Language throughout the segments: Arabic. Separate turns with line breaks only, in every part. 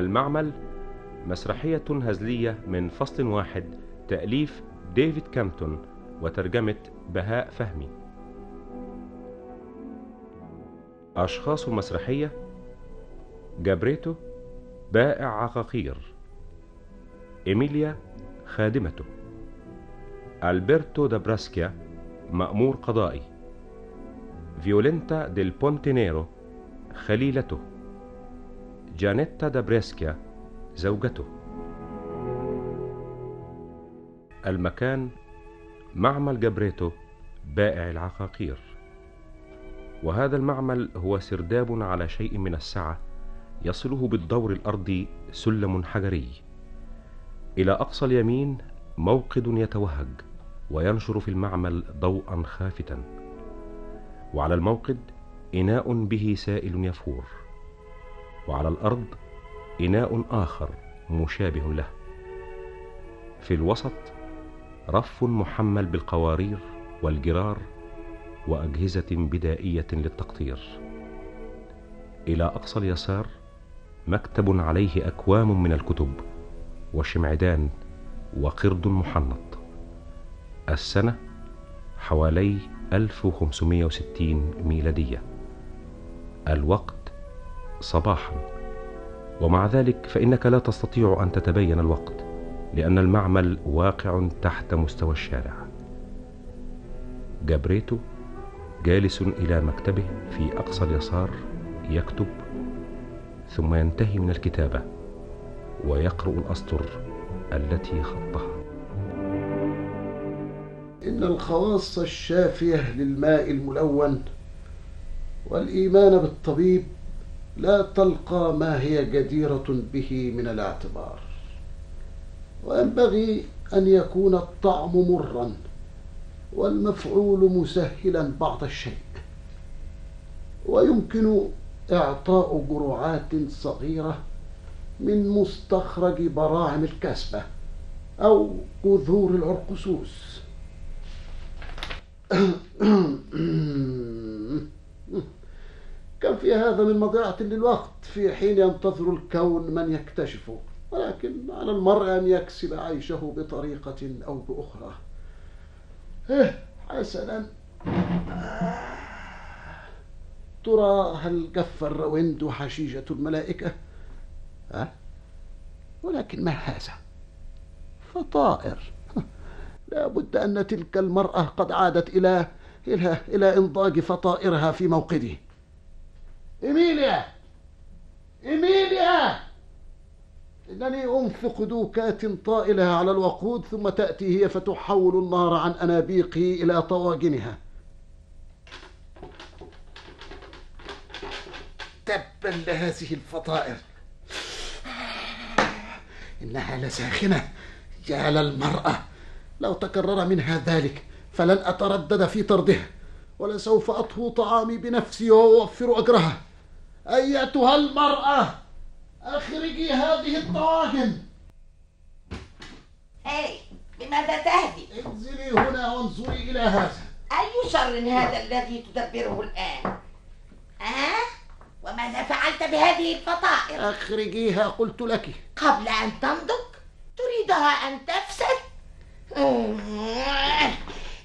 المعمل مسرحية هزلية من فصل واحد تأليف ديفيد كامتون وترجمة بهاء فهمي أشخاص المسرحية جابريتو بائع عقاقير إيميليا خادمته ألبرتو دابراسكيا مأمور قضائي فيولنتا ديل بونتينيرو خليلته جانيتا دابريسكيا زوجته المكان معمل جابريتو بائع العقاقير وهذا المعمل هو سرداب على شيء من السعة يصله بالدور الأرضي سلم حجري إلى أقصى اليمين موقد يتوهج وينشر في المعمل ضوءا خافتا وعلى الموقد إناء به سائل يفور وعلى الأرض إناء آخر مشابه له في الوسط رف محمل بالقوارير والجرار وأجهزة بدائية للتقطير إلى أقصى اليسار مكتب عليه أكوام من الكتب وشمعدان وقرد محنط السنة حوالي 1560 ميلادية الوقت صباحا ومع ذلك فإنك لا تستطيع أن تتبين الوقت لأن المعمل واقع تحت مستوى الشارع جابريتو جالس إلى مكتبه في أقصى اليسار يكتب ثم ينتهي من الكتابة ويقرأ الأسطر التي خطها
إن الخواص الشافية للماء الملون والإيمان بالطبيب لا تلقى ما هي جديرة به من الاعتبار وينبغي أن يكون الطعم مرا والمفعول مسهلا بعض الشيء ويمكن إعطاء جرعات صغيرة من مستخرج براعم الكسبة أو جذور العرقسوس كم في هذا من مضيعة للوقت في حين ينتظر الكون من يكتشفه ولكن على المرء أن يكسب عيشه بطريقة أو بأخرى إيه حسنا ترى هل جف الرويند حشيشة الملائكة ها؟ ولكن ما هذا فطائر لا بد أن تلك المرأة قد عادت إلى إلى إلى إنضاج فطائرها في موقده إيميليا إيميليا إنني أنفق دوكات طائلة على الوقود ثم تأتي هي فتحول النار عن أنابيقي إلى طواجنها تبا لهذه الفطائر إنها لساخنة يا للمرأة لو تكرر منها ذلك فلن أتردد في طردها ولسوف أطهو طعامي بنفسي وأوفر أجرها أيتها المرأة أخرجي هذه الطواجن
هاي بماذا تهدي؟
انزلي هنا وانظري إلى هذا
أي شر هذا الذي تدبره الآن؟ ها؟ وماذا فعلت بهذه الفطائر؟
أخرجيها قلت لك
قبل أن تنضج؟ تريدها أن تفسد؟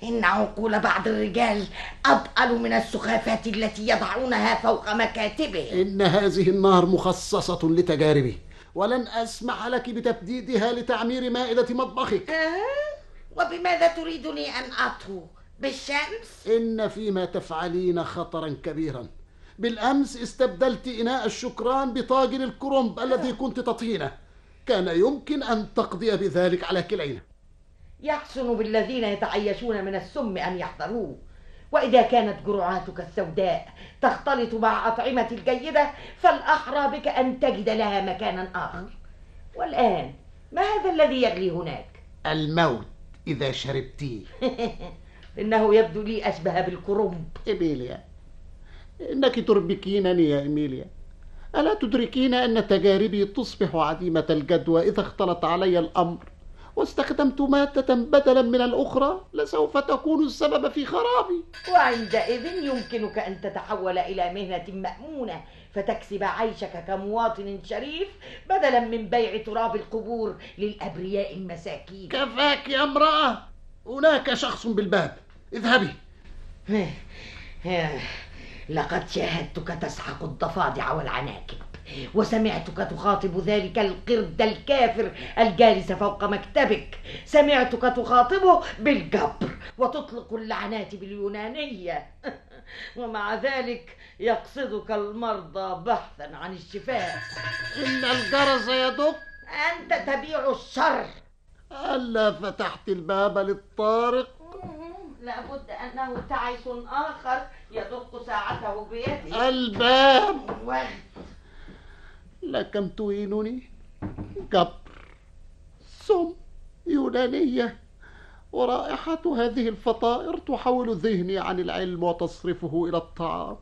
إن عقول بعض الرجال أبطل من السخافات التي يضعونها فوق مكاتبهم
إن هذه النار مخصصة لتجاربي ولن أسمح لك بتبديدها لتعمير مائدة مطبخك
آه، وبماذا تريدني أن أطهو؟ بالشمس؟
إن فيما تفعلين خطرا كبيرا بالأمس استبدلت إناء الشكران بطاجن الكرنب الذي كنت تطهينه كان يمكن أن تقضي بذلك على كلينا
يحسن بالذين يتعيشون من السم أن يحذروه وإذا كانت جرعاتك السوداء تختلط مع أطعمة الجيدة فالأحرى بك أن تجد لها مكانا آخر والآن ما هذا الذي يغلي هناك؟
الموت إذا شربتيه
إنه يبدو لي أشبه بالكرنب
إيميليا إنك تربكينني يا إيميليا ألا تدركين أن تجاربي تصبح عديمة الجدوى إذا اختلط علي الأمر واستخدمت مادة بدلا من الأخرى لسوف تكون السبب في خرابي
وعندئذ يمكنك أن تتحول إلى مهنة مأمونة فتكسب عيشك كمواطن شريف بدلا من بيع تراب القبور للأبرياء المساكين
كفاك يا امرأة هناك شخص بالباب اذهبي
لقد شاهدتك تسحق الضفادع والعناكب وسمعتك تخاطب ذلك القرد الكافر الجالس فوق مكتبك سمعتك تخاطبه بالجبر وتطلق اللعنات باليونانية ومع ذلك يقصدك المرضى بحثا عن الشفاء
إن الجرس يدق
أنت تبيع الشر
ألا فتحت الباب للطارق
لابد أنه تعس آخر يدق ساعته بيده
الباب
وانت
لكم تهينني جبر سم يونانية ورائحة هذه الفطائر تحول ذهني عن العلم وتصرفه إلى الطعام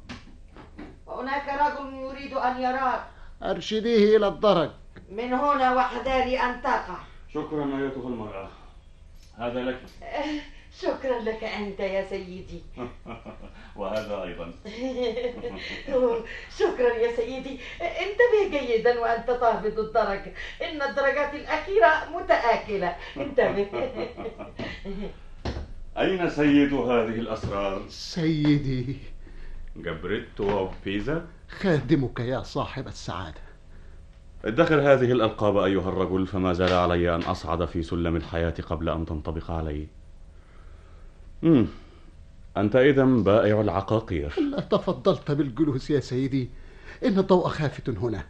وهناك رجل يريد أن يراك
أرشديه إلى الدرج
من هنا وحذاري أن تقع
شكرا أيتها المرأة هذا لك
شكرا لك أنت يا سيدي
وهذا أيضا
شكرا يا سيدي انتبه جيدا وأنت تهبط الدرج إن الدرجات الأخيرة متآكلة انتبه
أين سيد هذه الأسرار؟
سيدي
جبريتو أو بيزا؟
خادمك يا صاحب السعادة
ادخر هذه الألقاب أيها الرجل فما زال علي أن أصعد في سلم الحياة قبل أن تنطبق علي مم. أنت إذا بائع العقاقير
لا تفضلت بالجلوس يا سيدي إن الضوء خافت هنا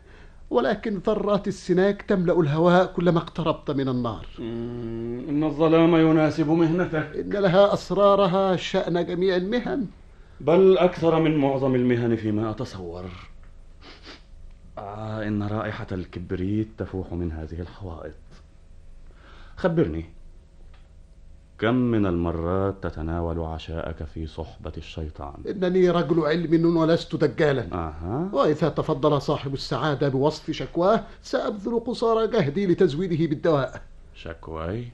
ولكن ذرات السناك تملأ الهواء كلما اقتربت من النار
مم، إن الظلام يناسب مهنتك
إن لها أسرارها شأن جميع المهن
بل أكثر من معظم المهن فيما أتصور آه إن رائحة الكبريت تفوح من هذه الحوائط خبرني كم من المرات تتناول عشاءك في صحبة الشيطان
إنني رجل علم ولست دجالا
أها
وإذا تفضل صاحب السعادة بوصف شكواه سأبذل قصارى جهدي لتزويده بالدواء
شكواي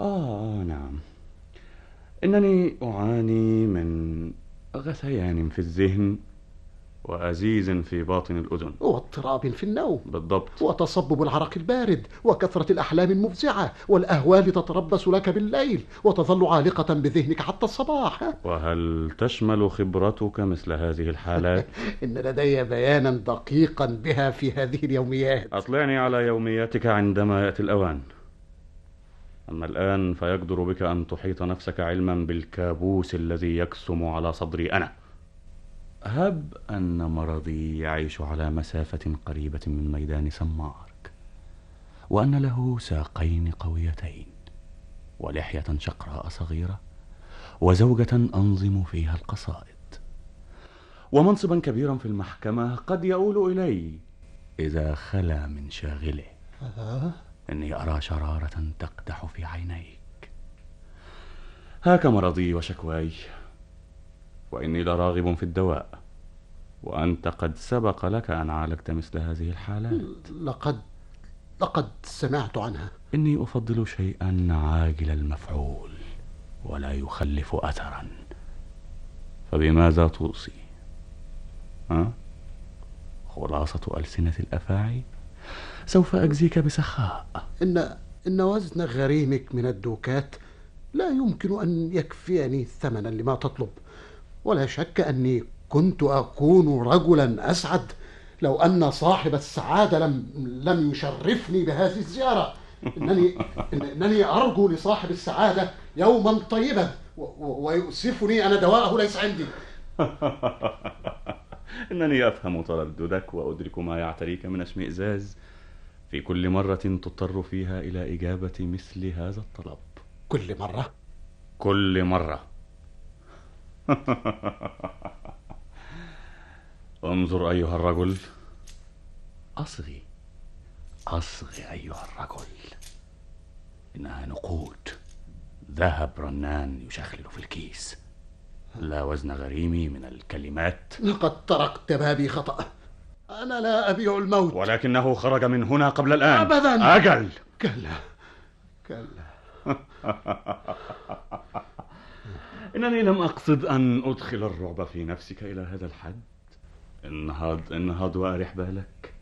آه نعم إنني أعاني من غثيان في الذهن وأزيز في باطن الأذن
واضطراب في النوم
بالضبط
وتصبب العرق البارد وكثرة الأحلام المفزعة والأهوال تتربص لك بالليل وتظل عالقة بذهنك حتى الصباح
وهل تشمل خبرتك مثل هذه الحالات؟
إن لدي بيانا دقيقا بها في هذه اليوميات
أطلعني على يومياتك عندما يأتي الأوان أما الآن فيقدر بك أن تحيط نفسك علما بالكابوس الذي يكسم على صدري أنا هب أن مرضي يعيش على مسافة قريبة من ميدان سمارك وأن له ساقين قويتين ولحية شقراء صغيرة وزوجة أنظم فيها القصائد ومنصبا كبيرا في المحكمة قد يؤول إلي إذا خلا من شاغله
آه،
إني أرى شرارة تقدح في عينيك هاك مرضي وشكواي وإني لراغب في الدواء وأنت قد سبق لك أن عالجت مثل هذه الحالات
لقد لقد سمعت عنها
إني أفضل شيئا عاجل المفعول ولا يخلف أثرا فبماذا توصي؟ ها؟ خلاصة ألسنة الأفاعي سوف أجزيك بسخاء
إن إن وزن غريمك من الدوكات لا يمكن أن يكفيني ثمنا لما تطلب ولا شك أني كنت أكون رجلا أسعد لو أن صاحب السعادة لم لم يشرفني بهذه الزيارة إنني إن- إنني أرجو لصاحب السعادة يوما طيبا و- و- ويؤسفني أن دواءه ليس عندي
إنني أفهم ترددك وأدرك ما يعتريك من اشمئزاز في كل مرة تضطر فيها إلى إجابة مثل هذا الطلب
كل مرة
كل مرة انظر أيها الرجل أصغي أصغي أيها الرجل إنها نقود ذهب رنان يشخلل في الكيس لا وزن غريمي من الكلمات
لقد تركت بابي خطأ أنا لا أبيع الموت
ولكنه خرج من هنا قبل الآن
أبداً.
أجل
كلا كلا
إنني لم أقصد أن أدخل الرعب في نفسك إلى هذا الحد انهض انهض وارح بالك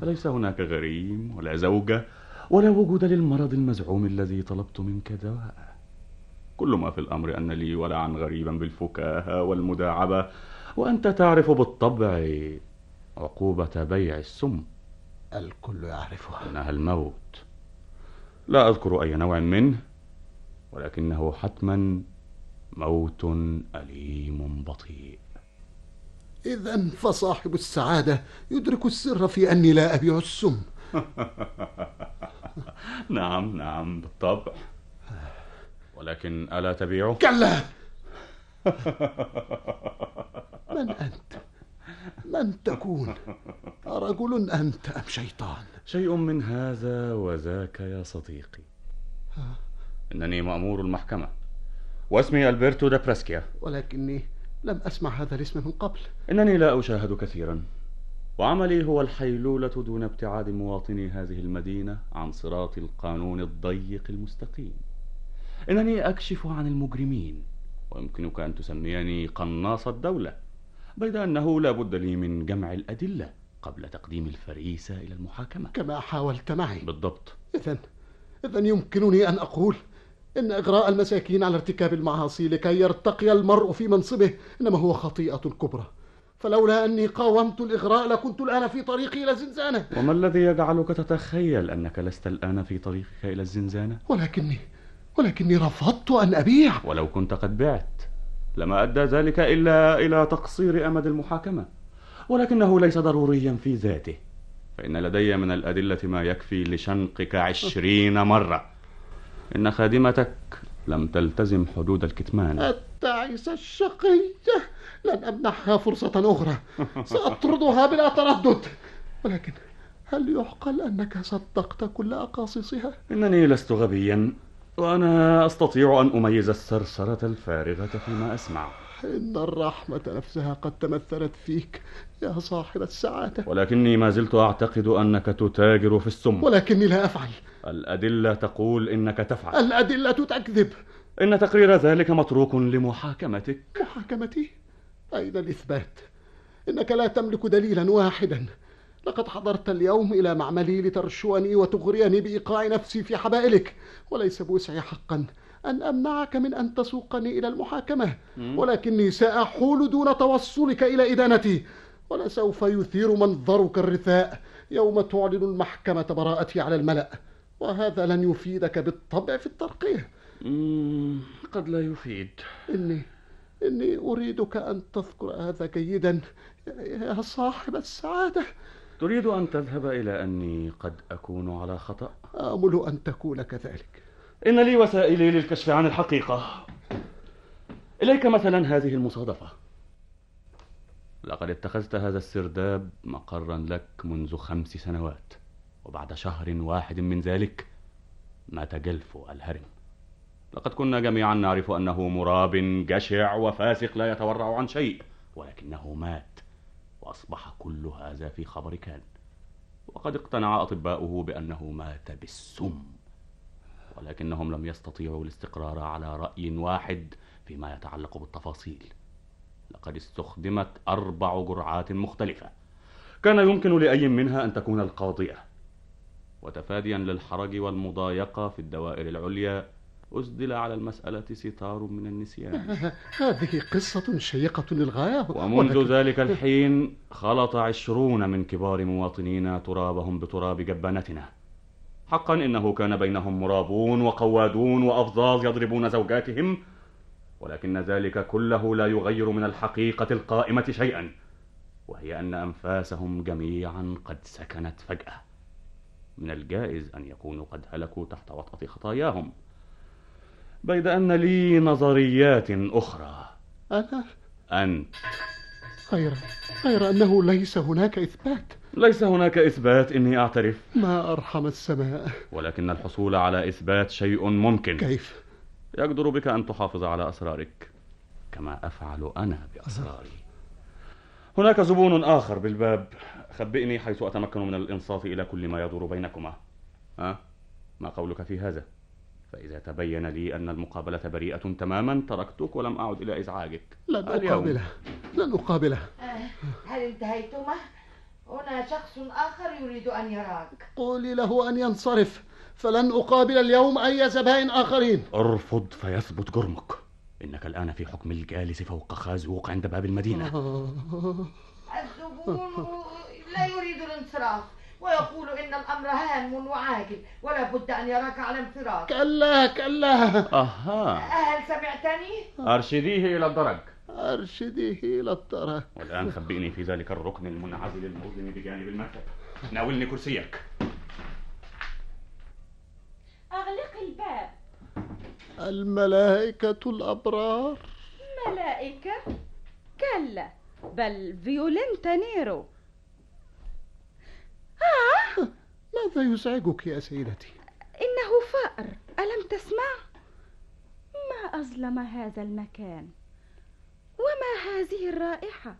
فليس هناك غريم ولا زوجة ولا وجود للمرض المزعوم الذي طلبت منك دواء كل ما في الأمر أن لي ولعا غريبا بالفكاهة والمداعبة وأنت تعرف بالطبع عقوبة بيع السم
الكل يعرفها
إنها الموت لا أذكر أي نوع منه ولكنه حتما موت أليم بطيء
إذا فصاحب السعادة يدرك السر في أني لا أبيع السم
نعم نعم بالطبع ولكن ألا تبيعه؟
كلا من أنت؟ من تكون؟ أرجل أنت أم شيطان؟
شيء من هذا وذاك يا صديقي إنني مأمور المحكمة واسمي ألبرتو دابراسكيا
ولكني لم أسمع هذا الاسم من قبل
إنني لا أشاهد كثيرا وعملي هو الحيلولة دون ابتعاد مواطني هذه المدينة عن صراط القانون الضيق المستقيم إنني أكشف عن المجرمين ويمكنك أن تسميني قناص الدولة بيد أنه لا بد لي من جمع الأدلة قبل تقديم الفريسة إلى المحاكمة
كما حاولت معي
بالضبط
إذا إذا يمكنني أن أقول إن إغراء المساكين على ارتكاب المعاصي لكي يرتقي المرء في منصبه إنما هو خطيئة كبرى فلولا أني قاومت الإغراء لكنت الآن في طريقي إلى زنزانة
وما الذي يجعلك تتخيل أنك لست الآن في طريقك إلى الزنزانة؟
ولكني ولكني رفضت أن أبيع
ولو كنت قد بعت لما أدى ذلك إلا إلى تقصير أمد المحاكمة ولكنه ليس ضروريا في ذاته فإن لدي من الأدلة ما يكفي لشنقك عشرين مرة إن خادمتك لم تلتزم حدود الكتمان
التعيس الشقية لن أمنحها فرصة أخرى سأطردها بلا تردد ولكن هل يعقل أنك صدقت كل أقاصيصها؟
إنني لست غبيا وأنا أستطيع أن أميز السرسرة الفارغة فيما أسمع
إن الرحمة نفسها قد تمثلت فيك يا صاحب السعادة
ولكني ما زلت أعتقد أنك تتاجر في السم
ولكني لا أفعل
الأدلة تقول إنك تفعل
الأدلة تكذب
إن تقرير ذلك متروك لمحاكمتك
محاكمتي أين الإثبات؟ إنك لا تملك دليلا واحدا لقد حضرت اليوم إلى معملي لترشوني وتغريني بإيقاع نفسي في حبائلك وليس بوسعي حقا أن أمنعك من أن تسوقني إلى المحاكمة ولكني سأحول دون توصلك إلى إدانتي ولسوف يثير منظرك الرثاء يوم تعلن المحكمة براءتي على الملأ وهذا لن يفيدك بالطبع في الترقية
مم، قد لا يفيد
إني إني أريدك أن تذكر هذا جيدا يا يا صاحب السعادة
تريد أن تذهب إلى أني قد أكون على خطأ
آمل أن تكون كذلك
إن لي وسائلي للكشف عن الحقيقة إليك مثلا هذه المصادفة لقد اتخذت هذا السرداب مقرا لك منذ خمس سنوات وبعد شهر واحد من ذلك مات جلفو الهرم لقد كنا جميعا نعرف أنه مراب جشع وفاسق لا يتورع عن شيء ولكنه مات وأصبح كل هذا في خبر كان وقد اقتنع أطباؤه بأنه مات بالسم ولكنهم لم يستطيعوا الاستقرار على رأي واحد فيما يتعلق بالتفاصيل لقد استخدمت أربع جرعات مختلفة كان يمكن لأي منها أن تكون القاضية وتفاديا للحرج والمضايقة في الدوائر العليا أسدل على المسألة ستار من النسيان
هذه قصة شيقة للغاية
ومنذ
ولكن-
ذلك الحين خلط عشرون من كبار مواطنينا ترابهم بتراب جبانتنا حقا إنه كان بينهم مرابون وقوادون وأفظاظ يضربون زوجاتهم ولكن ذلك كله لا يغير من الحقيقة القائمة شيئا وهي أن أنفاسهم جميعا قد سكنت فجأة من الجائز أن يكونوا قد هلكوا تحت وطأة خطاياهم بيد أن لي نظريات أخرى
أنا
أنت
غير غير أنه ليس هناك إثبات
ليس هناك إثبات إني أعترف
ما أرحم السماء
ولكن الحصول على إثبات شيء ممكن
كيف
يقدر بك أن تحافظ على أسرارك كما أفعل أنا بأسراري هناك زبون آخر بالباب خبئني حيث أتمكن من الإنصاف إلى كل ما يدور بينكما ها؟ ما قولك في هذا فإذا تبين لي أن المقابلة بريئة تماما تركتك ولم أعد إلى إزعاجك
لن
اليوم.
أقابله لن أقابله
آه، هل انتهيتما؟ هنا شخص آخر يريد أن يراك
قولي له أن ينصرف فلن أقابل اليوم أي زبائن آخرين
ارفض فيثبت جرمك إنك الآن في حكم الجالس فوق خازوق عند باب المدينة
آه،
الزبون لا يريد الانصراف ويقول إن الأمر هام وعاجل ولا بد أن يراك على انفراد
كلا كلا
أها
هل سمعتني؟
أرشديه إلى الدرج
أرشديه إلى الدرك
والآن خبئني في ذلك الركن المنعزل المظلم بجانب المكتب ناولني كرسيك
أغلق الباب
الملائكة الأبرار
ملائكة كلا بل فيولنتا نيرو آه
ماذا يزعجك يا سيدتي؟
إنه فأر ألم تسمع؟ ما أظلم هذا المكان وما هذه الرائحة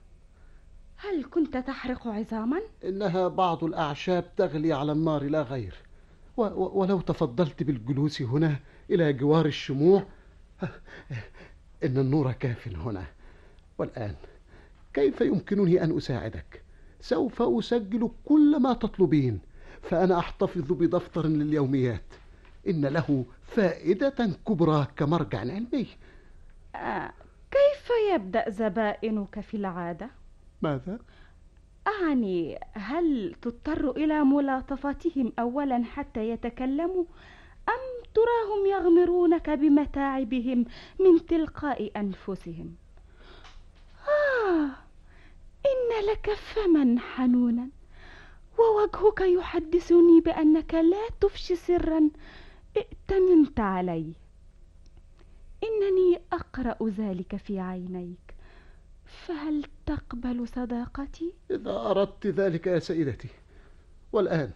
هل كنت تحرق عظاما؟
إنها بعض الأعشاب تغلي على النار لا غير و- و- ولو تفضلت بالجلوس هنا إلى جوار الشموع إن النور كاف هنا والآن كيف يمكنني أن أساعدك؟ سوف أسجل كل ما تطلبين فأنا أحتفظ بدفتر لليوميات إن له فائدة كبرى كمرجع علمي
آه كيف يبدأ زبائنك في العادة؟
ماذا؟
أعني هل تضطر إلى ملاطفتهم أولا حتى يتكلموا أم تراهم يغمرونك بمتاعبهم من تلقاء أنفسهم آه إن لك فما حنونا ووجهك يحدثني بأنك لا تفشي سرا ائتمنت عليه إنني أقرأ ذلك في عينيك فهل تقبل صداقتي؟
إذا أردت ذلك يا سيدتي والآن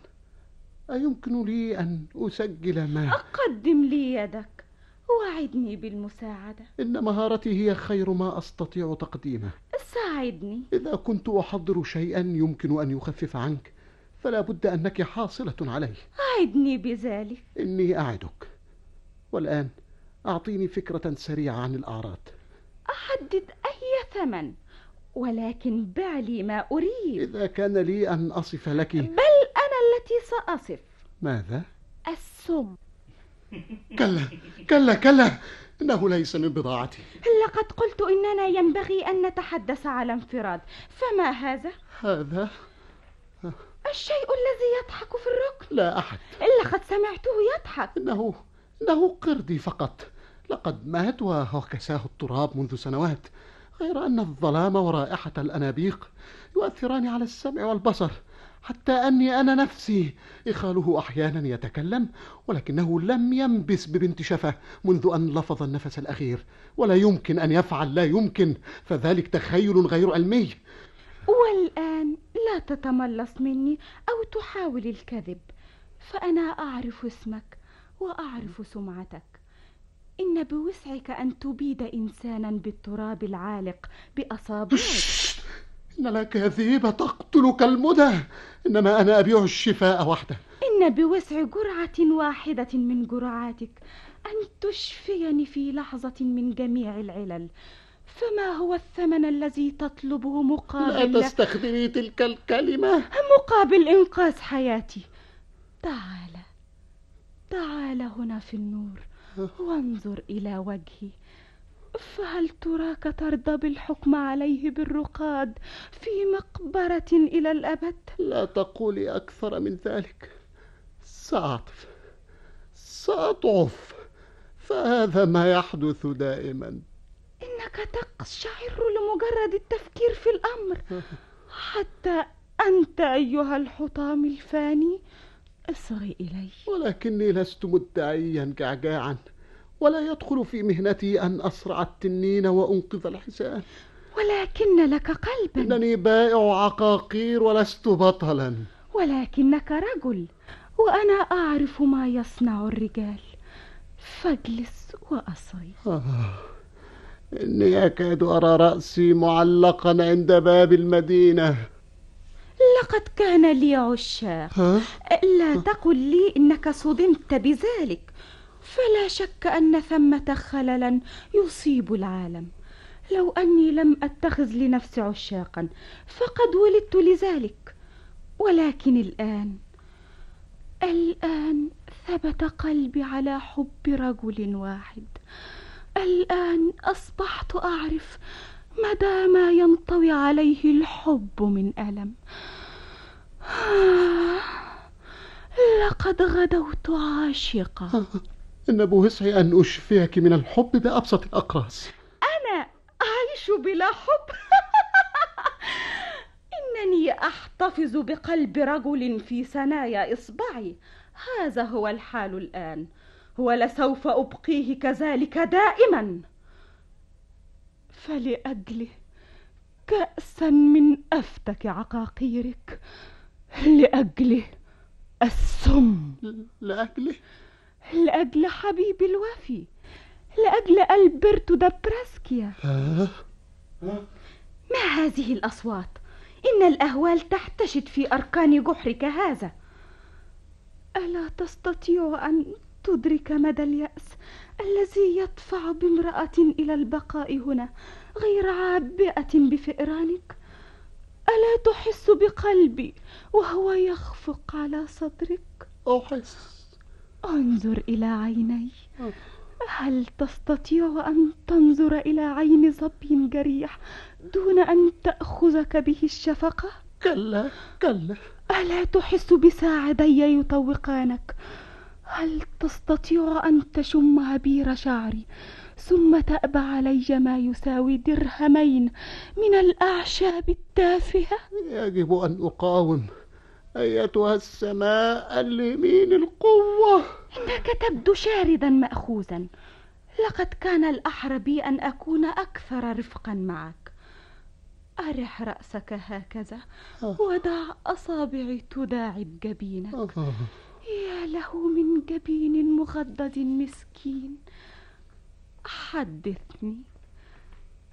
أيمكن لي أن أسجل ما
قدم لي يدك وعدني بالمساعدة
إن مهارتي هي خير ما أستطيع تقديمه
ساعدني
إذا كنت أحضر شيئا يمكن أن يخفف عنك فلا بد أنك حاصلة عليه
عدني بذلك
إني أعدك والآن أعطيني فكرة سريعة عن الأعراض
أحدد أي ثمن ولكن بع لي ما أريد
إذا كان لي أن أصف لك
بل أنا التي سأصف
ماذا؟
السم
كلا كلا كلا إنه ليس من بضاعتي
لقد قلت إننا ينبغي أن نتحدث على انفراد فما هذا؟
هذا
الشيء الذي يضحك في الركن
لا أحد
لقد سمعته يضحك
إنه إنه قردي فقط لقد مات وكساه التراب منذ سنوات غير أن الظلام ورائحة الأنابيق يؤثران على السمع والبصر حتى أني أنا نفسي إخاله أحيانا يتكلم ولكنه لم ينبس ببنت شفة منذ أن لفظ النفس الأخير ولا يمكن أن يفعل لا يمكن فذلك تخيل غير علمي
والآن لا تتملص مني أو تحاول الكذب فأنا أعرف اسمك وأعرف سمعتك إن بوسعك أن تبيد إنسانا بالتراب العالق بأصابعك
إن الأكاذيب تقتلك المدى إنما أنا أبيع الشفاء وحده
إن بوسع جرعة واحدة من جرعاتك أن تشفيني في لحظة من جميع العلل فما هو الثمن الذي تطلبه مقابل
لا تستخدمي تلك الكلمة
مقابل إنقاذ حياتي تعال تعال هنا في النور وانظر إلى وجهي فهل تراك ترضى بالحكم عليه بالرقاد في مقبرة إلى الأبد؟
لا تقولي أكثر من ذلك سأعطف سأضعف فهذا ما يحدث دائما
إنك تقشعر لمجرد التفكير في الأمر حتى أنت أيها الحطام الفاني اصغي إلي
ولكني لست مدعيا جعجاعا ولا يدخل في مهنتي أن أسرع التنين وأنقذ الحسان
ولكن لك قلبا
إنني بائع عقاقير ولست بطلا
ولكنك رجل وأنا أعرف ما يصنع الرجال فاجلس وأصغي
آه، إني أكاد أرى رأسي معلقا عند باب المدينة
لقد كان لي عشاق
ها؟
لا تقل لي إنك صدمت بذلك فلا شك ان ثمه خللا يصيب العالم لو اني لم اتخذ لنفسي عشاقا فقد ولدت لذلك ولكن الان الان ثبت قلبي على حب رجل واحد الان اصبحت اعرف مدى ما ينطوي عليه الحب من آه. الم لقد غدوت عاشقه
إن بوسعي أن أشفيك من الحب بأبسط الأقراص
أنا أعيش بلا حب إنني أحتفظ بقلب رجل في ثنايا إصبعي هذا هو الحال الآن ولسوف أبقيه كذلك دائما فلأجله كأسا من أفتك عقاقيرك لأجله السم
ل- لأجله
لأجل حبيبي الوفي لأجل ألبرتو دابراسكيا
آه.
ما هذه الأصوات إن الأهوال تحتشد في أركان جحرك هذا ألا تستطيع أن تدرك مدى اليأس الذي يدفع بامرأة إلى البقاء هنا غير عابئة بفئرانك ألا تحس بقلبي وهو يخفق على صدرك
أحس
انظر إلى عيني هل تستطيع أن تنظر إلى عين صبي جريح دون أن تأخذك به الشفقة؟
كلا كلا
ألا تحس بساعدي يطوقانك؟ هل تستطيع أن تشم هبير شعري ثم تأبى علي ما يساوي درهمين من الأعشاب التافهة؟
يجب أن أقاوم أيتها السماء اليمين القوة
إنك تبدو شاردا مأخوذا لقد كان الأحرى بي أن أكون أكثر رفقا معك أرح رأسك هكذا
آه.
ودع أصابعي تداعب جبينك
آه.
يا له من جبين مخدد مسكين حدثني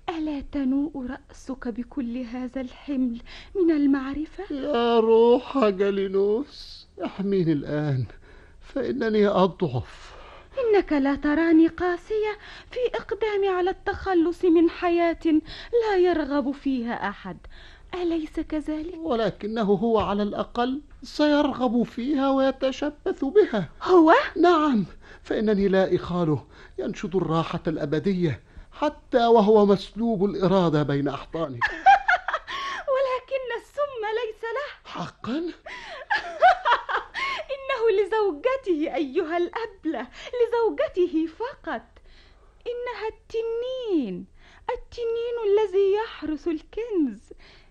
ألا تنوء رأسك بكل هذا الحمل من المعرفة؟
يا روح جالينوس احميني الآن فإنني أضعف
إنك لا تراني قاسية في إقدامي على التخلص من حياة لا يرغب فيها أحد أليس كذلك؟
ولكنه هو على الأقل سيرغب فيها ويتشبث بها
هو؟
نعم فإنني لا إخاله ينشد الراحة الأبدية حتى وهو مسلوب الإرادة بين أحضانه
ولكن السم ليس له
حقا
إنه لزوجته أيها الأبلة لزوجته فقط إنها التنين التنين الذي يحرس الكنز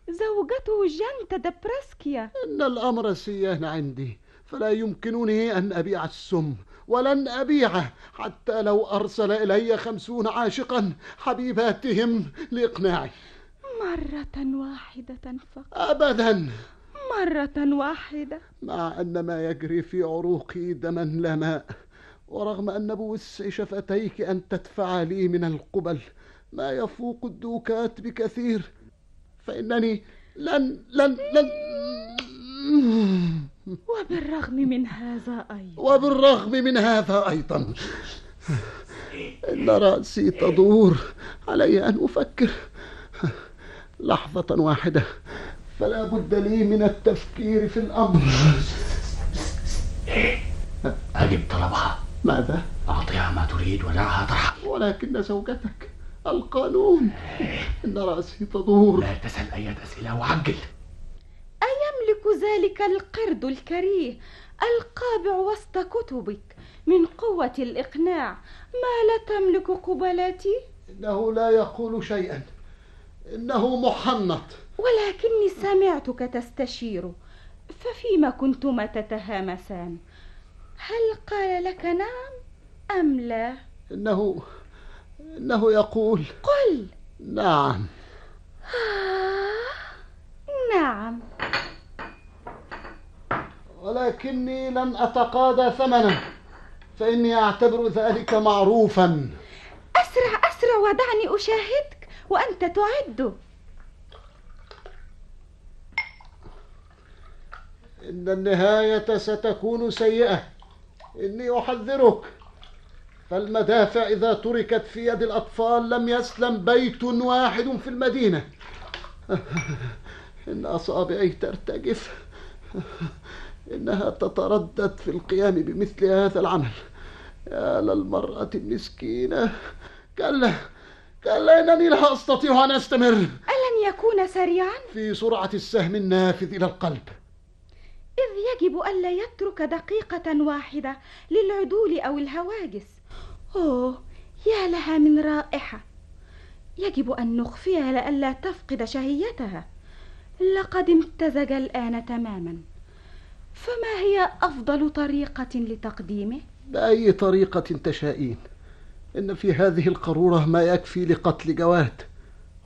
زوجته جانتا دبراسكيا
إن الأمر سيان عندي فلا يمكنني أن أبيع السم ولن أبيعه حتى لو أرسل إلي خمسون عاشقا حبيباتهم لإقناعي
مرة واحدة فقط
أبدا
مرة واحدة
مع أن ما يجري في عروقي دما لا ماء ورغم أن بوسع شفتيك أن تدفع لي من القبل ما يفوق الدوكات بكثير فإنني لن لن لن
وبالرغم من هذا أيضا
وبالرغم من هذا أيضا إن رأسي تدور علي أن أفكر لحظة واحدة فلا بد لي من التفكير في الأمر
أجب طلبها
ماذا؟
أعطيها ما تريد ودعها ترحل
ولكن زوجتك القانون إن رأسي تدور
لا تسأل أي أسئلة وعجل
أيملك ذلك القرد الكريه القابع وسط كتبك من قوة الإقناع ما لا تملك قبلاتي
إنه لا يقول شيئا إنه محنط
ولكني سمعتك تستشير ففيما كنتما تتهامسان هل قال لك نعم أم لا
إنه إنه يقول
قل
نعم
آه، نعم
ولكني لن أتقاضى ثمنا فإني أعتبر ذلك معروفا
أسرع أسرع ودعني أشاهدك وأنت تعد
إن النهاية ستكون سيئة إني أحذرك فالمدافع إذا تركت في يد الأطفال لم يسلم بيت واحد في المدينة إن أصابعي ترتجف إنها تتردد في القيام بمثل هذا العمل يا للمرأة المسكينة كلا كلا إنني لا أستطيع أن أستمر
ألن يكون سريعا
في سرعة السهم النافذ إلى القلب
إذ يجب ألا يترك دقيقة واحدة للعدول أو الهواجس أوه يا لها من رائحة يجب أن نخفيها لئلا تفقد شهيتها لقد امتزج الآن تماما فما هي أفضل طريقة لتقديمه؟
بأي طريقة تشائين إن في هذه القارورة ما يكفي لقتل جواد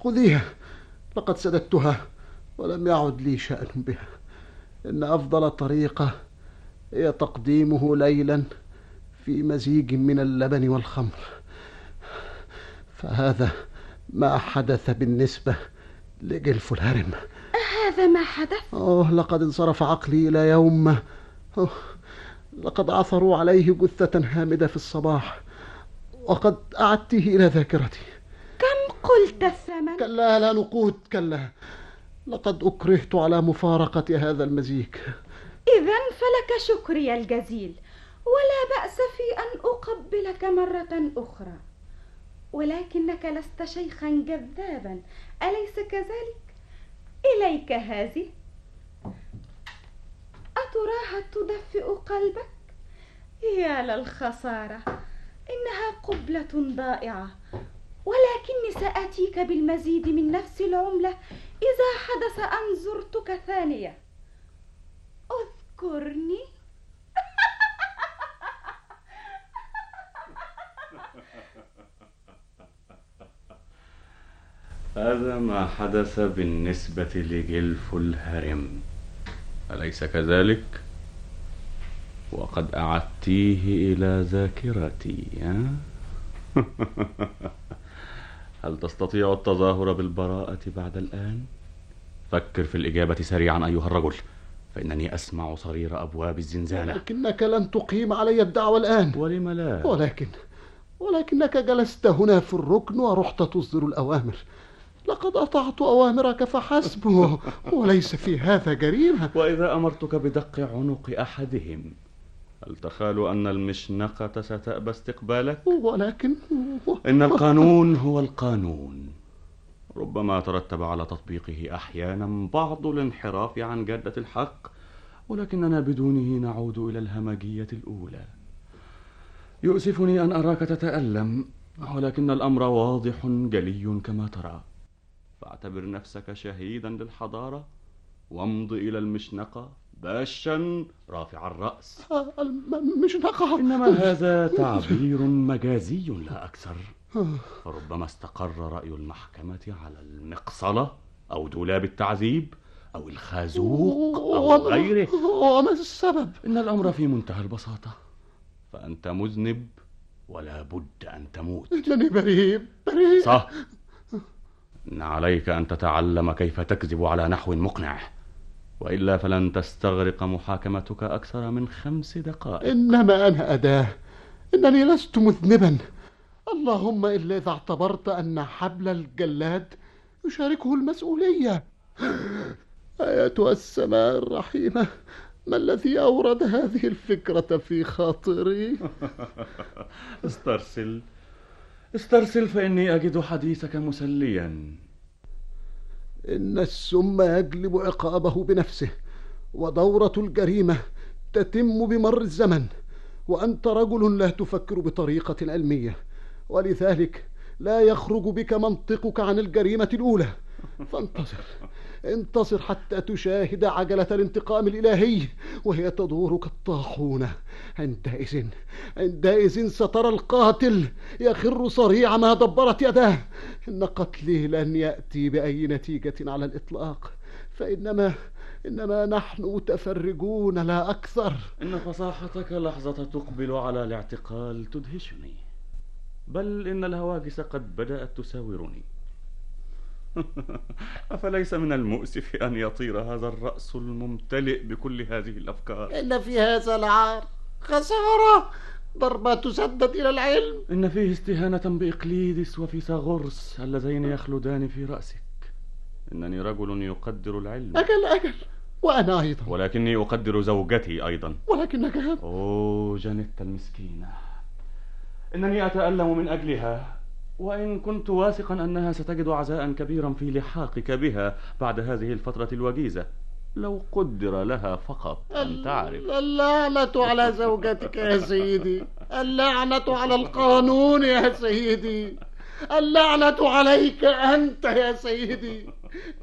خذيها لقد سددتها ولم يعد لي شأن بها إن أفضل طريقة هي تقديمه ليلا في مزيج من اللبن والخمر فهذا ما حدث بالنسبة لجلف الهرم
هذا ما حدث
أوه لقد انصرف عقلي إلى يوم أوه لقد عثروا عليه جثة هامدة في الصباح وقد أعدته إلى ذاكرتي
كم قلت الثمن؟
كلا لا نقود كلا لقد أكرهت على مفارقة هذا المزيج
إذا فلك شكري الجزيل ولا بأس في أن أقبلك مرة أخرى ولكنك لست شيخا جذابا أليس كذلك؟ إليك هذه أتراها تدفئ قلبك؟ يا للخسارة إنها قبلة ضائعة ولكني سأتيك بالمزيد من نفس العملة إذا حدث أن زرتك ثانية اذكرني
هذا ما حدث بالنسبة لجلف الهرم أليس كذلك؟ وقد أعدتيه إلى ذاكرتي ها؟ هل تستطيع التظاهر بالبراءة بعد الآن؟ فكر في الإجابة سريعا أيها الرجل فإنني أسمع صرير أبواب الزنزانة
لكنك لن تقيم علي الدعوة الآن
ولم لا؟
ولكن ولكنك جلست هنا في الركن ورحت تصدر الأوامر لقد أطعت أوامرك فحسب وليس في هذا جريمة
وإذا أمرتك بدق عنق أحدهم هل تخال أن المشنقة ستأبى استقبالك؟
ولكن
إن القانون هو القانون ربما ترتب على تطبيقه أحيانا بعض الانحراف عن جادة الحق ولكننا بدونه نعود إلى الهمجية الأولى يؤسفني أن أراك تتألم ولكن الأمر واضح جلي كما ترى فاعتبر نفسك شهيدا للحضارة وامض إلى المشنقة باشا رافع الرأس
الم- مش نقع
إنما هذا تعبير مجازي لا أكثر فربما استقر رأي المحكمة على المقصلة أو دولاب التعذيب أو الخازوق أو
وما-
غيره
وما السبب
إن الأمر في منتهى البساطة فأنت مذنب ولا بد أن تموت
إنني بريء بريء
صح إن عليك أن تتعلم كيف تكذب على نحو مقنع وإلا فلن تستغرق محاكمتك أكثر من خمس دقائق
إنما أنا أداة إنني لست مذنبا اللهم إلا إذا اعتبرت أن حبل الجلاد يشاركه المسؤولية آياتها السماء الرحيمة ما الذي أورد هذه الفكرة في خاطري؟
استرسل استرسل فإني أجد حديثك مسليا
إن السم يجلب عقابه بنفسه ودورة الجريمة تتم بمر الزمن وأنت رجل لا تفكر بطريقة علمية ولذلك لا يخرج بك منطقك عن الجريمة الأولى فانتصر انتصر حتى تشاهد عجلة الانتقام الإلهي وهي تدور كالطاحونة عندئذ عندئذ سترى القاتل يخر صريع ما دبرت يداه إن قتله لن يأتي بأي نتيجة على الإطلاق فإنما إنما نحن متفرجون لا أكثر
إن فصاحتك لحظة تقبل على الاعتقال تدهشني بل إن الهواجس قد بدأت تساورني أفليس من المؤسف أن يطير هذا الرأس الممتلئ بكل هذه الأفكار
إن في هذا العار خسارة ضربة تسدد إلى العلم
إن فيه استهانة بإقليدس وفيثاغورس اللذين يخلدان في رأسك إنني رجل يقدر العلم
أجل أجل وأنا أيضا
ولكني أقدر زوجتي أيضا
ولكنك هب
أوه جانيتا المسكينة إنني أتألم من أجلها وإن كنت واثقا أنها ستجد عزاء كبيرا في لحاقك بها بعد هذه الفترة الوجيزة لو قدر لها فقط أن تعرف
اللعنة على زوجتك يا سيدي اللعنة على القانون يا سيدي اللعنة عليك أنت يا سيدي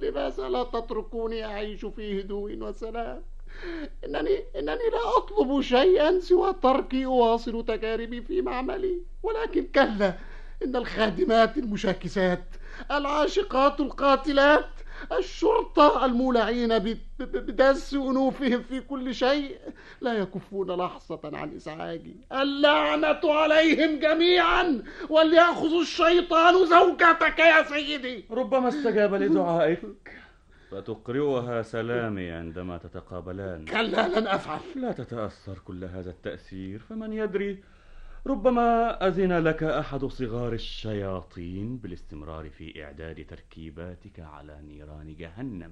لماذا لا تتركوني أعيش في هدوء وسلام إنني إنني لا أطلب شيئا سوى تركي أواصل تجاربي في معملي ولكن كلا إن الخادمات المشاكسات العاشقات القاتلات الشرطة المولعين ب- ب- بدس أنوفهم في كل شيء لا يكفون لحظة عن إزعاجي اللعنة عليهم جميعا وليأخذ الشيطان زوجتك يا سيدي
ربما استجاب لدعائك فتقرئها سلامي عندما تتقابلان
كلا لن أفعل
لا تتأثر كل هذا التأثير فمن يدري ربما أذن لك أحد صغار الشياطين بالاستمرار في إعداد تركيباتك على نيران جهنم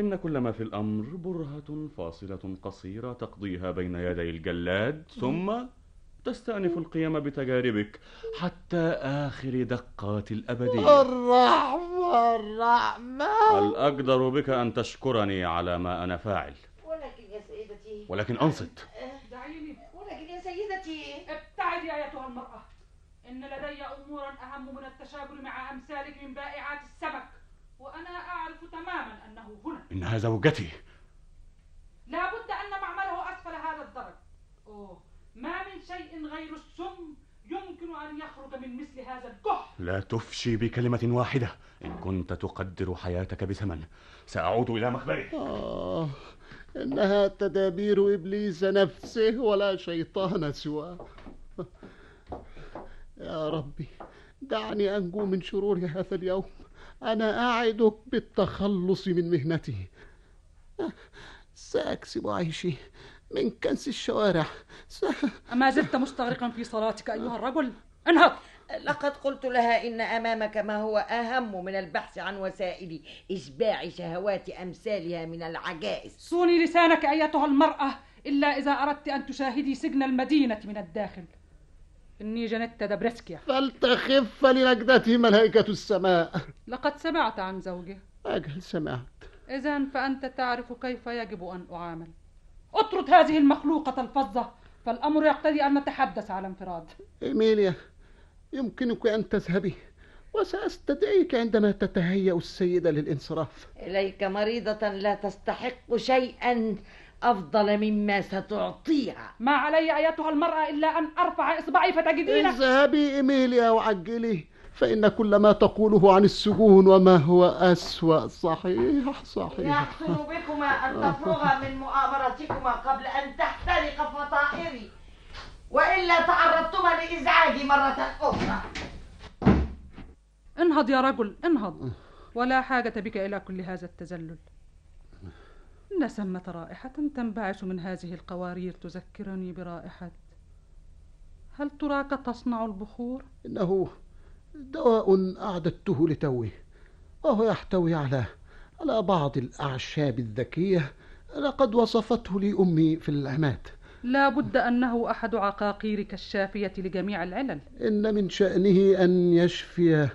إن كل ما في الأمر برهة فاصلة قصيرة تقضيها بين يدي الجلاد ثم تستأنف القيام بتجاربك حتى آخر دقات الأبدية
الرحمة الرحمة
الأقدر بك أن تشكرني على ما أنا فاعل
ولكن يا سيدتي
ولكن أنصت
دعيني
ولكن يا سيدتي
ابتعدي أيتها المرأة إن لدي أمورا أهم من التشاغل مع أمثالك من بائعات السمك وأنا أعرف تماما أنه هنا
إنها زوجتي
لابد أن معمله أسفل هذا الدرج أوه ما من شيء غير السم يمكن أن يخرج من مثل هذا الجحر
لا تفشي بكلمة واحدة إن كنت تقدر حياتك بثمن سأعود إلى مخبري
آه إنها تدابير إبليس نفسه ولا شيطان سواه يا ربي دعني أنجو من شرور هذا اليوم أنا أعدك بالتخلص من مهنتي سأكسب عيشي من كنس الشوارع س...
أما زلت مستغرقا في صلاتك أيها الرجل انهض
لقد قلت لها إن أمامك ما هو أهم من البحث عن وسائل إشباع شهوات أمثالها من العجائز
صوني لسانك أيتها المرأة إلا إذا أردت أن تشاهدي سجن المدينة من الداخل إني جانيتا دابريسكيا
فلتخف لنجدتي ملائكة السماء
لقد سمعت عن زوجه
أجل سمعت
إذا فأنت تعرف كيف يجب أن أعامل اطرد هذه المخلوقة الفظة فالأمر يقتضي أن نتحدث على انفراد
إيميليا يمكنك أن تذهبي وسأستدعيك عندما تتهيأ السيدة للانصراف
إليك مريضة لا تستحق شيئا أفضل مما ستعطيها
ما علي أيتها المرأة إلا أن أرفع إصبعي فتجدينه
اذهبي إيميليا وعجلي فإن كل ما تقوله عن السجون وما هو أسوأ صحيح صحيح
يحسن بكما أن تفرغا من مؤامرتكما قبل أن تحترق فطائري وإلا تعرضتما لإزعاجي مرة أخرى
انهض يا رجل انهض ولا حاجة بك إلى كل هذا التزلل إن ثمة رائحة تنبعث من هذه القوارير تذكرني برائحة هل تراك تصنع البخور؟
إنه دواء أعددته لتوي وهو يحتوي على على بعض الأعشاب الذكية لقد وصفته لي أمي في العماد
لا بد أنه أحد عقاقيرك الشافية لجميع العلل
إن من شأنه أن يشفي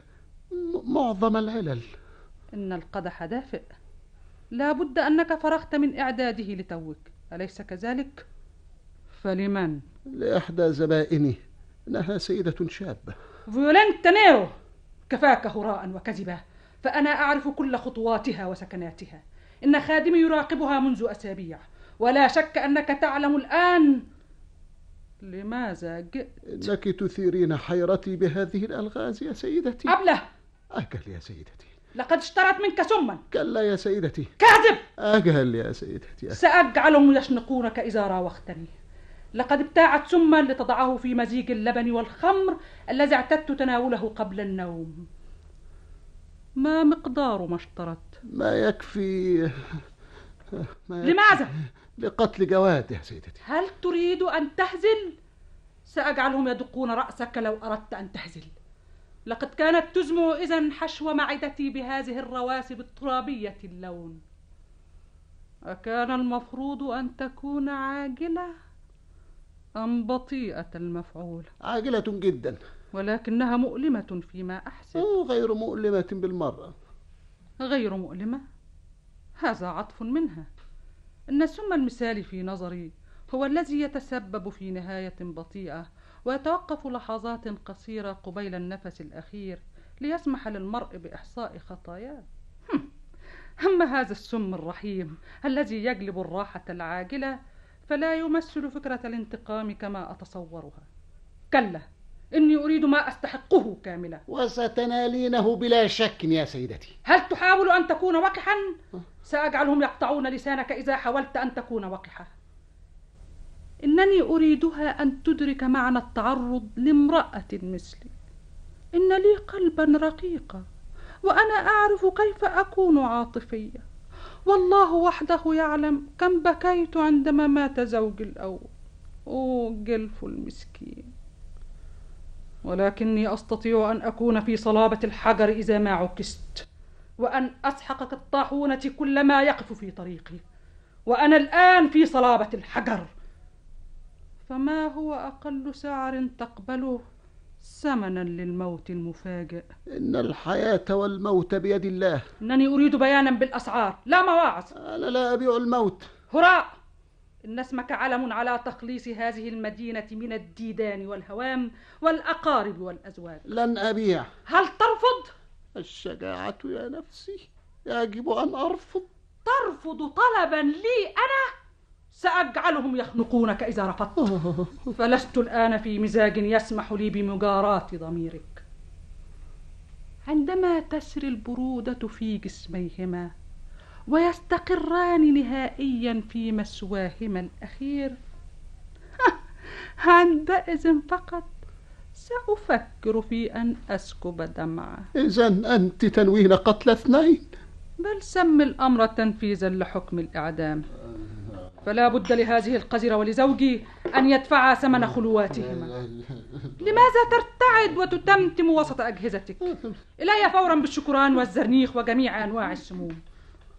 م- معظم العلل
إن القدح دافئ لا بد أنك فرغت من إعداده لتوك أليس كذلك؟ فلمن؟
لإحدى زبائني إنها سيدة شابة
فيولنتا نيرو كفاك هراء وكذبا فأنا أعرف كل خطواتها وسكناتها إن خادمي يراقبها منذ أسابيع ولا شك أنك تعلم الآن لماذا جئت
إنك تثيرين حيرتي بهذه الألغاز يا سيدتي
أبله
أجل يا سيدتي
لقد اشترت منك سما
كلا يا سيدتي
كاذب
أجل يا سيدتي
سأجعلهم يشنقونك إذا راوغتني لقد ابتاعت سما لتضعه في مزيج اللبن والخمر الذي اعتدت تناوله قبل النوم ما مقدار ما اشترت
ما يكفي ما يكفي
لماذا
لقتل جواد يا سيدتي
هل تريد أن تهزل؟ سأجعلهم يدقون رأسك لو أردت أن تهزل لقد كانت تزمع إذا حشو معدتي بهذه الرواسب الترابية اللون أكان المفروض أن تكون عاجلة أم بطيئة المفعول
عاجلة جدا
ولكنها مؤلمة فيما أحسن
أو غير مؤلمة بالمرة
غير مؤلمة هذا عطف منها إن السم المثالي في نظري هو الذي يتسبب في نهاية بطيئة ويتوقف لحظات قصيرة قبيل النفس الأخير ليسمح للمرء بإحصاء خطاياه هم. أما هذا السم الرحيم الذي يجلب الراحة العاجلة فلا يمثل فكرة الانتقام كما أتصورها كلا إني أريد ما أستحقه كاملا
وستنالينه بلا شك يا سيدتي
هل تحاول أن تكون وقحا؟ سأجعلهم يقطعون لسانك إذا حاولت أن تكون وقحة إنني أريدها أن تدرك معنى التعرض لامرأة مثلي إن لي قلبا رقيقا وأنا أعرف كيف أكون عاطفية والله وحده يعلم كم بكيت عندما مات زوجي الأول أوه جلف المسكين ولكني أستطيع أن أكون في صلابة الحجر إذا ما عكست وأن أسحق كالطاحونة كل ما يقف في طريقي وأنا الآن في صلابة الحجر فما هو أقل سعر تقبله ثمنا للموت المفاجئ
إن الحياة والموت بيد الله
إنني أريد بيانا بالأسعار لا مواعظ
أنا لا أبيع الموت
هراء إن اسمك علم على تخليص هذه المدينة من الديدان والهوام والأقارب والأزواج
لن أبيع
هل ترفض؟
الشجاعة يا نفسي يجب أن أرفض
ترفض طلبا لي أنا؟ سأجعلهم يخنقونك إذا رفضت فلست الآن في مزاج يسمح لي بمجاراة ضميرك عندما تسري البرودة في جسميهما ويستقران نهائيا في مسواهما الأخير عندئذ فقط سأفكر في أن أسكب دمعة
إذا أنت تنوين قتل اثنين
بل سم الأمر تنفيذا لحكم الإعدام فلا بد لهذه القذرة ولزوجي أن يدفعا ثمن خلواتهما لماذا ترتعد وتتمتم وسط أجهزتك؟ إلي فورا بالشكران والزرنيخ وجميع أنواع السموم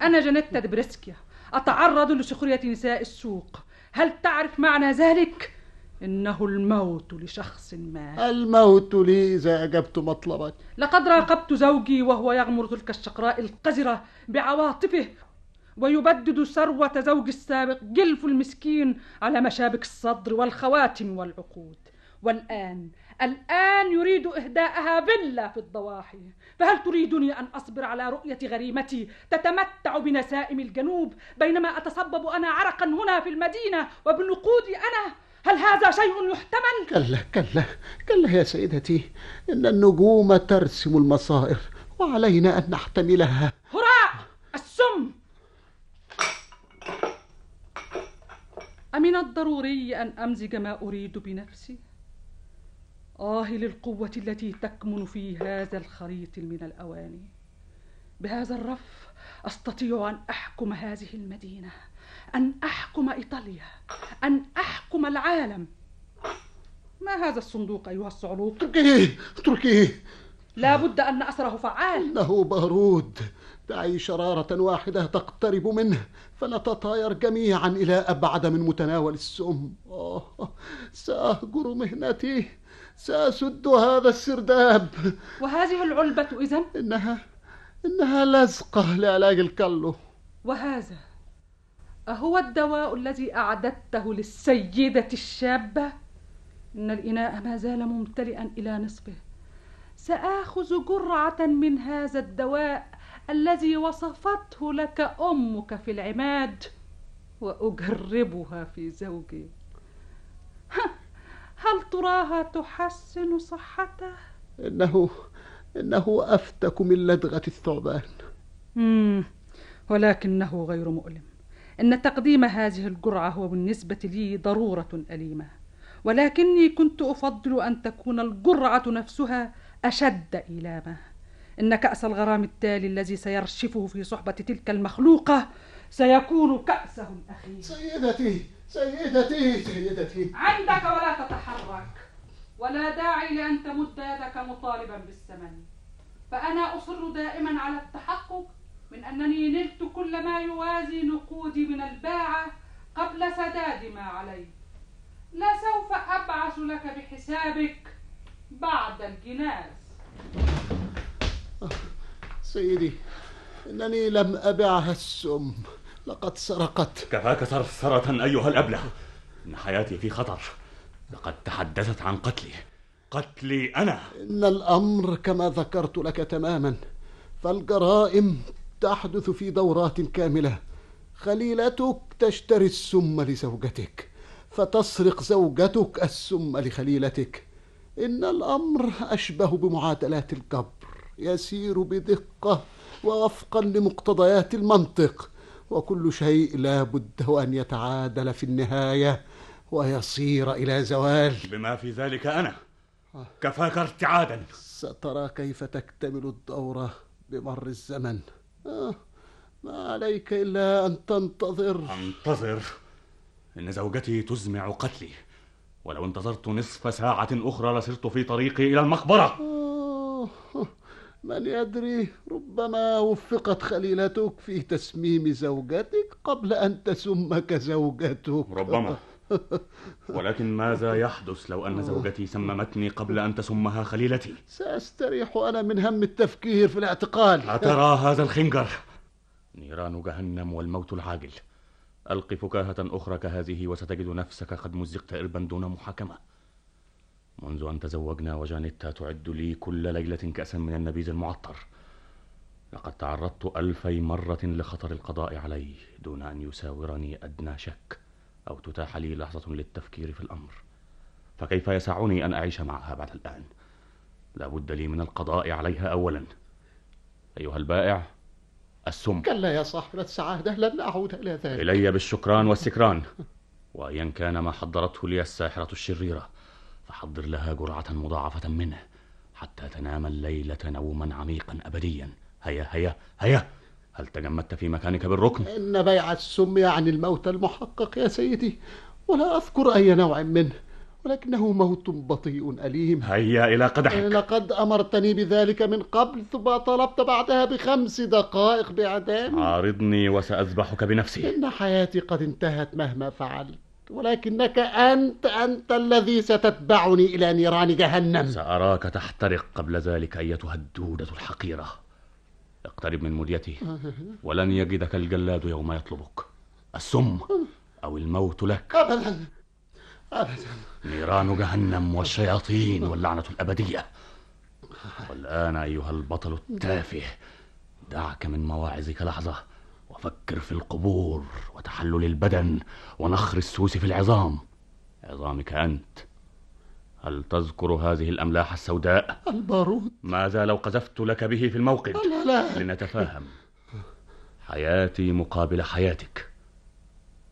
أنا جانيتا دبرسكيا أتعرض لسخرية نساء السوق هل تعرف معنى ذلك؟ إنه الموت لشخص ما
الموت لي إذا أجبت مطلبك
لقد راقبت زوجي وهو يغمر تلك الشقراء القذرة بعواطفه ويبدد ثروة زوجي السابق جلف المسكين على مشابك الصدر والخواتم والعقود والآن الآن يريد إهداءها فيلا في الضواحي فهل تريدني أن أصبر على رؤية غريمتي تتمتع بنسائم الجنوب بينما أتسبب أنا عرقا هنا في المدينة وبنقودي أنا هل هذا شيء يحتمل؟
كلا كلا كلا يا سيدتي إن النجوم ترسم المصائر وعلينا أن نحتملها
هراء السم أمن الضروري أن أمزج ما أريد بنفسي؟ آه للقوة التي تكمن في هذا الخريط من الأواني بهذا الرف أستطيع أن أحكم هذه المدينة أن أحكم إيطاليا أن أحكم العالم ما هذا الصندوق أيها الصعلوك؟
اتركيه اتركيه
لا بد أن أسره فعال
إنه بارود دعي شرارة واحدة تقترب منه فنتطاير جميعا إلى أبعد من متناول السم آه سأهجر مهنتي سأسد هذا السرداب
وهذه العلبة إذا
إنها إنها لزقة لعلاج الكلو
وهذا أهو الدواء الذي أعددته للسيدة الشابة؟ إن الإناء ما زال ممتلئا إلى نصفه سآخذ جرعة من هذا الدواء الذي وصفته لك أمك في العماد وأجربها في زوجي هل تراها تحسن صحته؟
إنه إنه أفتك من لدغة الثعبان
مم. ولكنه غير مؤلم إن تقديم هذه الجرعة هو بالنسبة لي ضرورة أليمة ولكني كنت أفضل أن تكون الجرعة نفسها أشد إيلاما إن كأس الغرام التالي الذي سيرشفه في صحبة تلك المخلوقة سيكون كأسه الأخير
سيدتي سيدتي سيدتي
عندك ولا تتحرك ولا داعي لأن تمد يدك مطالبا بالثمن فأنا أصر دائما على التحقق من أنني نلت كل ما يوازي نقودي من الباعة قبل سداد ما علي لا سوف أبعث لك بحسابك بعد الجناز
سيدي إنني لم أبعها السم لقد سرقت
كفاك ثرثرة أيها الأبلة إن حياتي في خطر لقد تحدثت عن قتلي قتلي أنا
إن الأمر كما ذكرت لك تماما فالجرائم تحدث في دورات كاملة خليلتك تشتري السم لزوجتك فتسرق زوجتك السم لخليلتك إن الأمر أشبه بمعادلات الجبر يسير بدقة ووفقا لمقتضيات المنطق وكل شيء لا بد وأن يتعادل في النهاية ويصير إلى زوال
بما في ذلك أنا كفاك ارتعادا
سترى كيف تكتمل الدورة بمر الزمن آه ما عليك إلا أن تنتظر
انتظر إن زوجتي تزمع قتلي ولو انتظرت نصف ساعة أخرى لسرت في طريقي إلى المقبرة
آه من يدري ربما وفقت خليلتك في تسميم زوجتك قبل أن تسمك زوجتك
ربما ولكن ماذا يحدث لو أن زوجتي سممتني قبل أن تسمها خليلتي
سأستريح أنا من هم التفكير في الاعتقال
أترى هذا الخنجر نيران جهنم والموت العاجل ألق فكاهة أخرى كهذه وستجد نفسك قد مزقت إربا دون محاكمة منذ أن تزوجنا وجانيتا تعد لي كل ليلة كأسا من النبيذ المعطر لقد تعرضت ألفي مرة لخطر القضاء علي دون أن يساورني أدنى شك أو تتاح لي لحظة للتفكير في الأمر فكيف يسعني أن أعيش معها بعد الآن لابد لي من القضاء عليها أولا أيها البائع السم
كلا يا صاحب السعادة لن أعود إلى ذلك
إلي بالشكران والسكران وأيا كان ما حضرته لي الساحرة الشريرة فحضر لها جرعة مضاعفة منه حتى تنام الليلة نوما عميقا أبديا هيا هيا هيا هل تجمدت في مكانك بالركن؟
إن بيع السم يعني الموت المحقق يا سيدي ولا أذكر أي نوع منه ولكنه موت بطيء أليم
هيا إلى قدحك
لقد أمرتني بذلك من قبل ثم طلبت بعدها بخمس دقائق بإعدام
عارضني وسأذبحك بنفسي
إن حياتي قد انتهت مهما فعلت ولكنك أنت أنت الذي ستتبعني إلى نيران جهنم
سأراك تحترق قبل ذلك أيتها الدودة الحقيرة اقترب من مديتي ولن يجدك الجلاد يوم يطلبك السم أو الموت لك
أبدا أبدا
نيران جهنم والشياطين واللعنة الأبدية والآن أيها البطل التافه دعك من مواعظك لحظة وفكر في القبور وتحلل البدن ونخر السوس في العظام عظامك أنت هل تذكر هذه الأملاح السوداء؟
البارود
ماذا لو قذفت لك به في الموقد؟
لا لا
لنتفاهم حياتي مقابل حياتك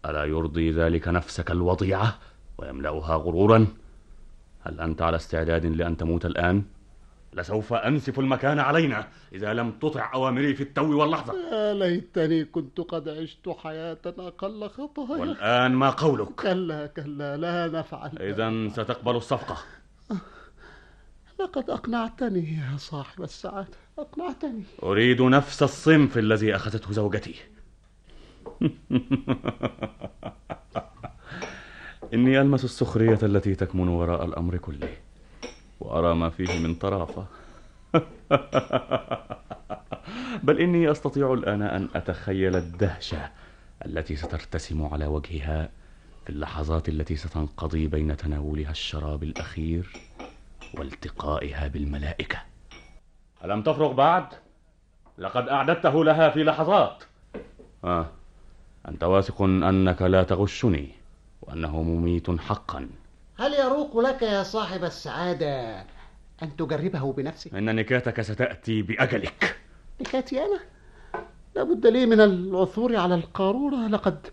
ألا يرضي ذلك نفسك الوضيعة ويملأها غرورا؟ هل أنت على استعداد لأن تموت الآن؟ لسوف أنسف المكان علينا إذا لم تطع أوامري في التو واللحظة
يا ليتني كنت قد عشت حياة أقل خطايا
والآن ما قولك
كلا كلا لا نفعل
إذا ستقبل الصفقة
لقد أقنعتني يا صاحب السعادة أقنعتني
أريد نفس الصنف الذي أخذته زوجتي إني ألمس السخرية التي تكمن وراء الأمر كله وأرى ما فيه من طرافة بل إني أستطيع الآن أن أتخيل الدهشة التي سترتسم على وجهها في اللحظات التي ستنقضي بين تناولها الشراب الأخير والتقائها بالملائكة ألم تفرغ بعد؟ لقد أعددته لها في لحظات آه أنت واثق أنك لا تغشني وأنه مميت حقا
هل يروق لك يا صاحب السعادة أن تجربه بنفسك
إن نكاتك ستأتي بأجلك
بكاتي أنا لابد لي من العثور على القارورة لقد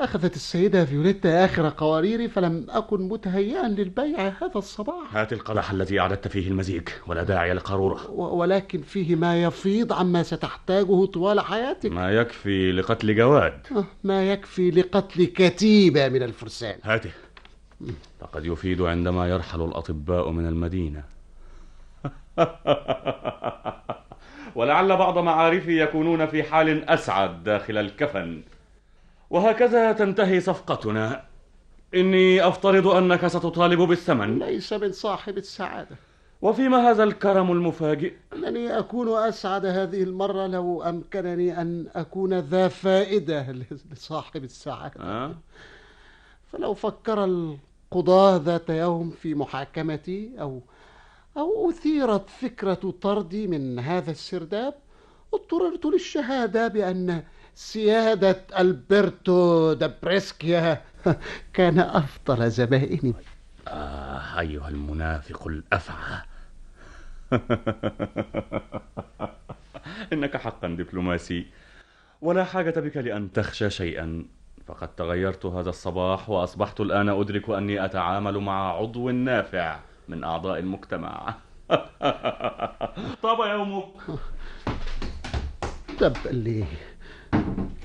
أخذت السيدة فيوليتا آخر قواريري فلم أكن متهيئا للبيع هذا الصباح
هات القدح الذي أعددت فيه المزيج ولا داعي للقارورة
و- ولكن فيه ما يفيض عما ستحتاجه طوال حياتك
ما يكفي لقتل جواد
آه، ما يكفي لقتل كتيبة من الفرسان
هاته لقد يفيد عندما يرحل الأطباء من المدينة ولعل بعض معارفي يكونون في حال أسعد داخل الكفن وهكذا تنتهي صفقتنا إني أفترض أنك ستطالب بالثمن
ليس من صاحب السعادة
وفيما هذا الكرم المفاجئ
أنني أكون أسعد هذه المرة لو أمكنني أن أكون ذا فائدة لصاحب السعادة
أه؟
فلو فكر القضاة ذات يوم في محاكمتي أو أو أثيرت فكرة طردي من هذا السرداب اضطررت للشهادة بأن سيادة ألبرتو دابريسكيا كان أفضل زبائني
آه أيها المنافق الأفعى إنك حقا دبلوماسي ولا حاجة بك لأن تخشى شيئا فقد تغيرت هذا الصباح وأصبحت الآن أدرك أني أتعامل مع عضو نافع من أعضاء المجتمع طاب يومك
تبا لي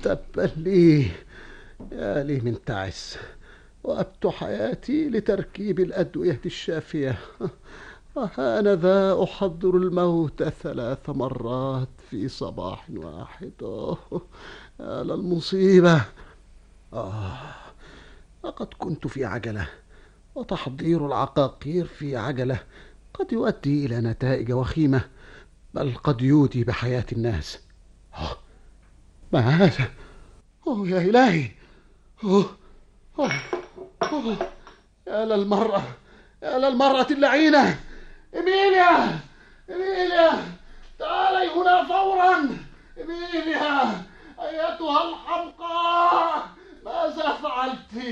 تبا لي يا لي من تعس وأبت حياتي لتركيب الأدوية الشافية وهانذا أحضر الموت ثلاث مرات في صباح واحد أوه، يا للمصيبة آه لقد كنت في عجلة وتحضير العقاقير في عجلة قد يؤدي إلى نتائج وخيمة بل قد يودي بحياة الناس أوه، ما هذا؟ أوه يا إلهي أوه أوه أوه يا للمرأة يا للمرأة اللعينة إميليا إميليا تعالي هنا فورا إميليا أيتها الحمقاء ماذا فعلت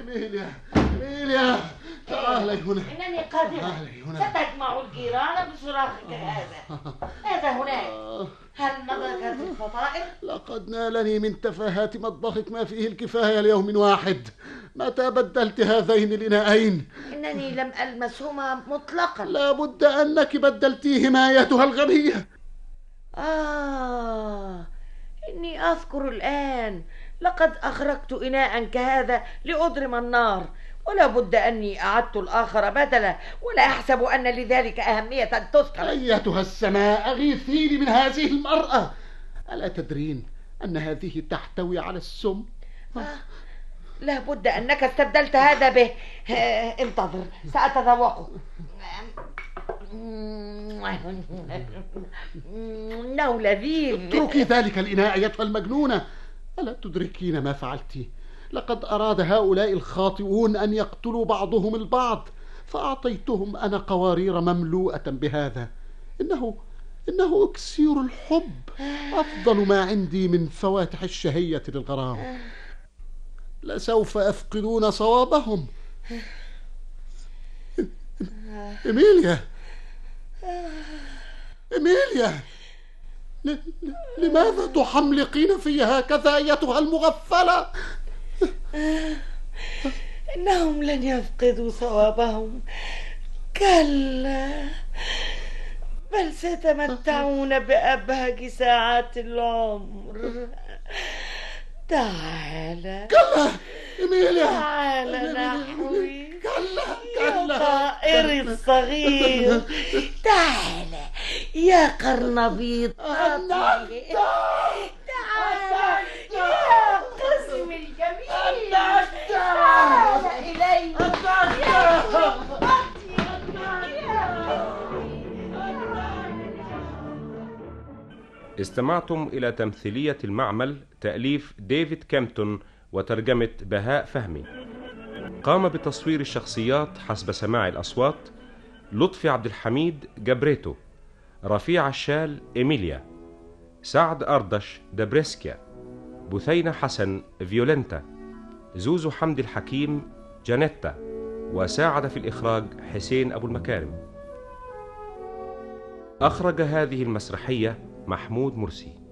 إميليا إميليا تعالي هنا
إنني قادرة
تعالي هنا.
ستجمع الجيران بصراخك هذا هذا هناك
آه.
هل نظرك في الفطائر؟
لقد نالني من تفاهات مطبخك ما فيه الكفاية ليوم واحد متى بدلت هذين الإناءين
إنني لم ألمسهما مطلقا
لابد أنك بدلتيهما أيتها الغبية
آه إني أذكر الآن لقد أخرجت إناء كهذا لأضرم النار ولا بد أني أعدت الآخر بدله ولا أحسب أن لذلك أهمية تذكر
أيتها السماء أغيثيني من هذه المرأة ألا تدرين أن هذه تحتوي على السم
لا بد أنك استبدلت هذا به آه، انتظر سأتذوقه إنه لذيذ
اتركي ذلك الإناء أيتها المجنونة ألا تدركين ما فعلت لقد أراد هؤلاء الخاطئون أن يقتلوا بعضهم البعض فأعطيتهم أنا قوارير مملوءة بهذا إنه إنه أكسير الحب أفضل ما عندي من فواتح الشهية للغرام لسوف يفقدون صوابهم إيميليا إيميليا ل- ل- لماذا تحملقين في هكذا أيتها المغفلة؟
إنهم لن يفقدوا صوابهم كلا بل سيتمتعون بأبهج ساعات العمر تعال
كلا إيميليا
تعال نحوي
كلا
يا
كلا
طائري الصغير تعال يا قرنبيط أطلي. تعال يا قزم الجميل تعال إلي يا قرنبيطي.
استمعتم إلى تمثيلية المعمل تأليف ديفيد كامتون وترجمة بهاء فهمي قام بتصوير الشخصيات حسب سماع الأصوات لطفي عبد الحميد جابريتو رفيع الشال إيميليا سعد أردش دابريسكيا بثينة حسن فيولنتا زوزو حمدي الحكيم جانيتا وساعد في الإخراج حسين أبو المكارم أخرج هذه المسرحية محمود مرسي